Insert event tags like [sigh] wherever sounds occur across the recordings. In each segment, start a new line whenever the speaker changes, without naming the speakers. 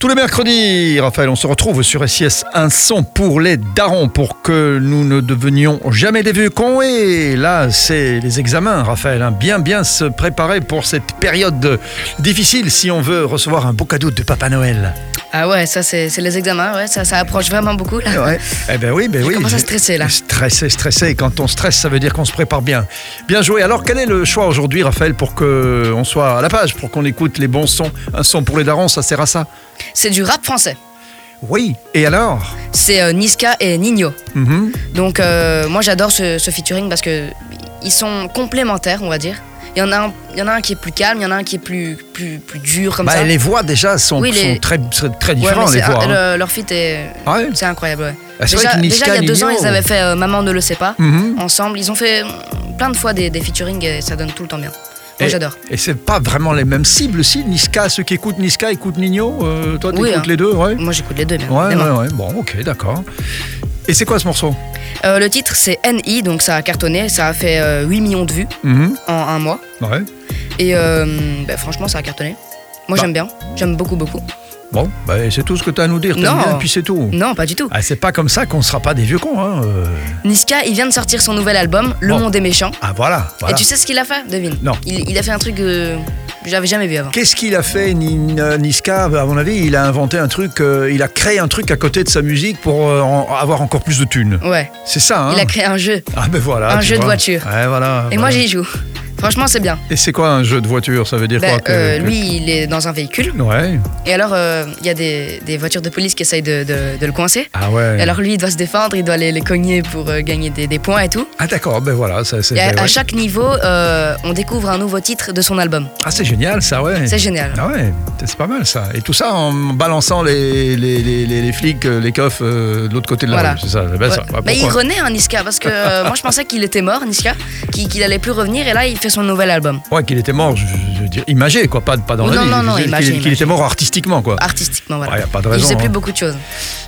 Tous les mercredis, Raphaël, on se retrouve sur SIS Un son pour les darons pour que nous ne devenions jamais des vieux cons. Et là, c'est les examens, Raphaël. hein. Bien, bien se préparer pour cette période difficile si on veut recevoir un beau cadeau de Papa Noël.
Ah ouais, ça c'est c'est les examens, ouais, ça, ça approche vraiment beaucoup là.
Ouais. [laughs] Eh ben oui, ben oui.
commence à stresser, là.
Stressé, stressé. Quand on stresse, ça veut dire qu'on se prépare bien. Bien joué. Alors, quel est le choix aujourd'hui, Raphaël, pour que on soit à la page, pour qu'on écoute les bons sons Un son pour les darons, ça sert à ça
C'est du rap français.
Oui. Et alors
C'est euh, Niska et Nino.
Mhm.
Donc euh, moi j'adore ce, ce featuring parce que ils sont complémentaires, on va dire. Il y en a un, il y en a un qui est plus calme, il y en a un qui est plus plus plus dur comme
Bah,
ça.
Les voix déjà sont,
Oui, les-
sont très, très, très
Ouais,
différentes,
mais
les
c'est-
voix.
ah,
hein.
le- leur feat est
Ah ouais
c'est incroyable. ouais.
Ah, c'est vrai
déjà,
que Niska,
déjà, il y a deux
Nino-
ans ils avaient fait euh, Maman ne le sait pas
Mhm.
ensemble. Ils ont fait euh, plein de fois des, des featuring et ça donne tout le temps bien. Moi j'adore.
Et c'est pas vraiment les mêmes cibles aussi. Niska, ceux qui écoutent Niska écoutent Nino. Euh, toi, t'écoutes
Oui, hein.
les deux, ouais.
Moi j'écoute les deux bien.
Ouais, ouais,
évidemment.
ouais. Bon, ok, d'accord. Et c'est quoi ce morceau
Euh, le titre c'est NI, donc ça a cartonné, ça a fait euh, 8 millions de vues
Mhm,
en un mois.
Ouais.
Et euh, bah, franchement, ça a cartonné. Moi
Bah.
j'aime bien, j'aime beaucoup, beaucoup.
Bon, bah, c'est tout ce que t'as à nous dire. T'aimes
Non. Mm.
bien, et puis c'est tout.
Non, pas du tout.
Ah, c'est pas comme ça qu'on sera pas des vieux cons. Hein. euh.
Niska, il vient de sortir son nouvel album, Le
Bon.
Monde est méchant.
Ah, voilà. voilà.
Et tu sais ce qu'il a fait, devine
Non.
Il, il a fait un truc euh, que j'avais jamais vu avant.
Qu'est-ce qu'il a fait, Nin- euh, Niska À mon avis, il a inventé un truc, euh, il a créé un truc à côté de sa musique pour euh, en- avoir encore plus de thunes.
Ouais,
C'est ça, hein
il a créé un jeu.
Ah ben voilà.
Un
tu
jeu de
vois.
voiture.
bah Ouais, voilà.
Et
voilà.
moi j'y joue. Franchement, c'est bien.
Et c'est quoi un jeu de voiture Ça veut dire
Bah,
quoi que-
euh,
que-
lui, il est dans un véhicule.
Ouais.
Et alors, euh, il y a des, des voitures de police qui essayent de, de- de le coincer.
Ah ouais.
Et alors, lui, il doit se défendre, il doit les, les cogner pour euh, gagner des, des points et tout.
Ah d'accord. Ben voilà. Ça, c'est.
Et à,
ouais.
à chaque niveau, euh, on découvre un nouveau titre de son album.
Ah c'est génial ça ouais.
C'est génial.
Ah ouais. C'est pas mal ça. Et tout ça en balançant les les, les, les, les flics, euh, les coffres euh, de l'autre côté de la
Voilà.
rue. C'est ça. Ben, ça.
Ouais.
Ah,
Bah, il
pourquoi
renaît, hein, Niska, parce que euh, moi je pensais qu'il était mort, Niska, qu'il qu'il allait plus revenir, et là il fait son nouvel album,
Ouais, qu'il était mort. Je, je veux dire, imagé quoi, pas pas dans
Non,
la vie.
non,
Je
non,
veux dire
imagé,
qu'il- Qu'il
imagé.
était mort artistiquement quoi.
artistiquement. Voilà.
Ouais, y a pas de
il
raison,
faisait plus
hein.
beaucoup de choses.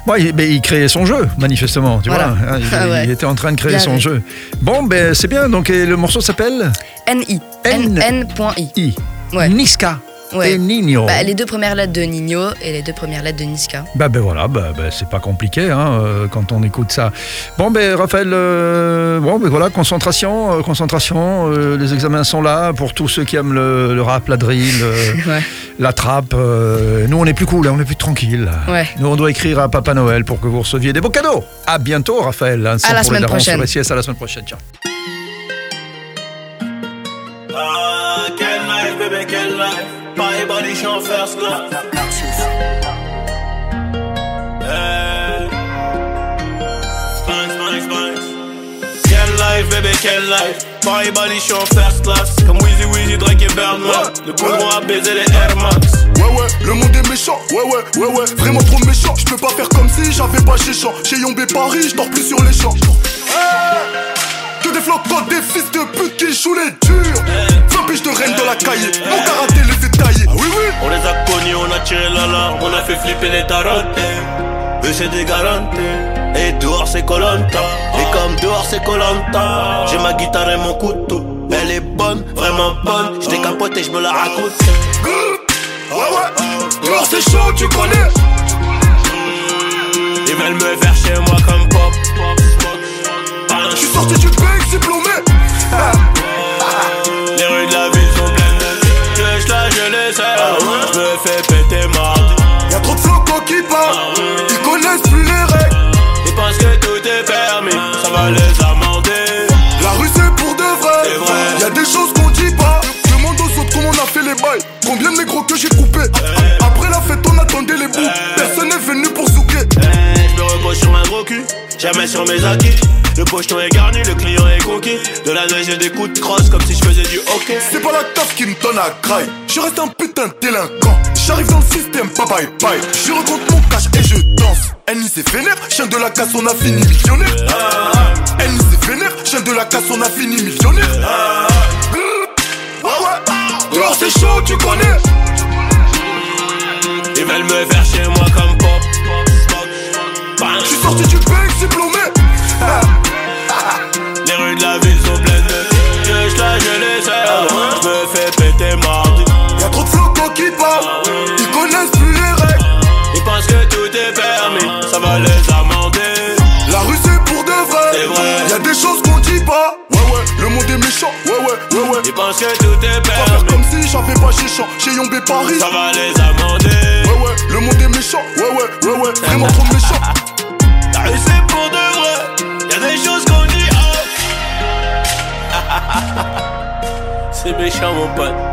Ouais, il, ben, il créait son jeu, manifestement, tu
Voilà.
vois. hein, il,
Ah ouais.
il était en train de créer
Bien
son
vu.
jeu. Bon, ben c'est bien. Donc et le morceau s'appelle
N.I.
N.
N.I.
I.
Ouais.
Niska
Ouais.
et Nino.
Bah, les deux premières lettres de Nino et les deux premières lettres de Niska. [laughs]
Bah ben voilà, bah, bah, c'est pas compliqué hein, euh, quand on écoute ça. Bon ben Raphaël, euh, bon ben voilà, concentration, euh, concentration, euh, les examens sont là pour tous ceux qui aiment le, le rap, la drill,
[laughs]
euh,
Ouais.
la trappe. euh, nous on est plus cool, hein, on est plus tranquille.
Ouais.
Nous on doit écrire à Papa Noël pour que vous receviez des beaux cadeaux. À bientôt Raphaël. hein, c'est pour
la
les
semaine
darons sur
prochaine.
SIS, à la semaine prochaine. Ciao.
Ah, quelle life, bébé, quelle life. Paris, body, je suis en first class. Hey. Spikes, spikes, spikes. Quelle life, bébé, quelle life. Paris, body, je suis en first class. Comme Wheezy, Wheezy, Drake et Birdman. Le poumon a baisé les Air Max.
Ouais ouais, le monde est méchant, ouais ouais, ouais ouais, vraiment trop méchant, je peux pas faire comme si j'avais pas chez champ, chez Yombé Paris, je dors plus sur les champs. Hey que des flocons, des fils de pute qui jouent les durs. 20 piges de reine dans la cahier, mon karaté les fait tailler. Ah oui oui
On les a connus, on a tiré l'alarme, on a fait flipper les tarottes. Eux c'est des garantes, et dehors c'est Colanta. Et comme dehors c'est Colanta, j'ai ma guitare et mon couteau. Elle est bonne, vraiment bonne, je décapote et je me la raconte.
Ouais ouais, dehors c'est chaud, tu connais.
Ils veulent me faire chez moi comme pop.
Je suis sorti du pays, diplômé.
Les rues de la ville sont pleines de vie. Je lâche les ailes, je me fais péter mardi.
Y'a trop de flocons qui parlent, ils connaissent plus les règles.
Ils pensent que tout est permis, ça va les amender.
La rue c'est pour de
C'est vrai.
vrai. Y a des choses qu'on dit pas. Demande aux autres comment on a fait les bails. Combien de négros que j'ai coupé. Après la fête on attendait les bouts. Personne n'est venu pour souquer.
Eh, Je me repose sur un gros cul, jamais sur mes acquis. Le pocheton est garni, le client est conquis. De la neige et des coups de crosse comme si je faisais du hockey.
C'est pas la taf qui me donne à craille. Je reste un putain de délinquant. J'arrive dans le système, bye bye bye. Je rencontre mon cash et je danse. Elle s'est vénère, chien de la casse, on a fini millionnaire. Elle s'est vénère, chien de la casse, on a fini millionnaire. Ouais ouais, dehors c'est chaud, tu connais.
Ils veulent me faire chez moi comme pop. Bang.
Je suis sorti du pays, diplômé.
Les rues de la ville sont pleines de que je lâche les ailes. Je me fais péter mardi.
Y'a trop de flocons qui parlent, ils connaissent plus les règles.
conscient que tout est
Pas faire
permis
comme si j'avais pas chez Chan, chez Yombé Paris.
Ça va les amender
Ouais, ouais, le monde est méchant. Ouais, ouais, ouais, ouais, vraiment trop méchant.
La rue c'est pour de vrai, y'a des choses qu'on dit oh. [laughs] C'est méchant mon pote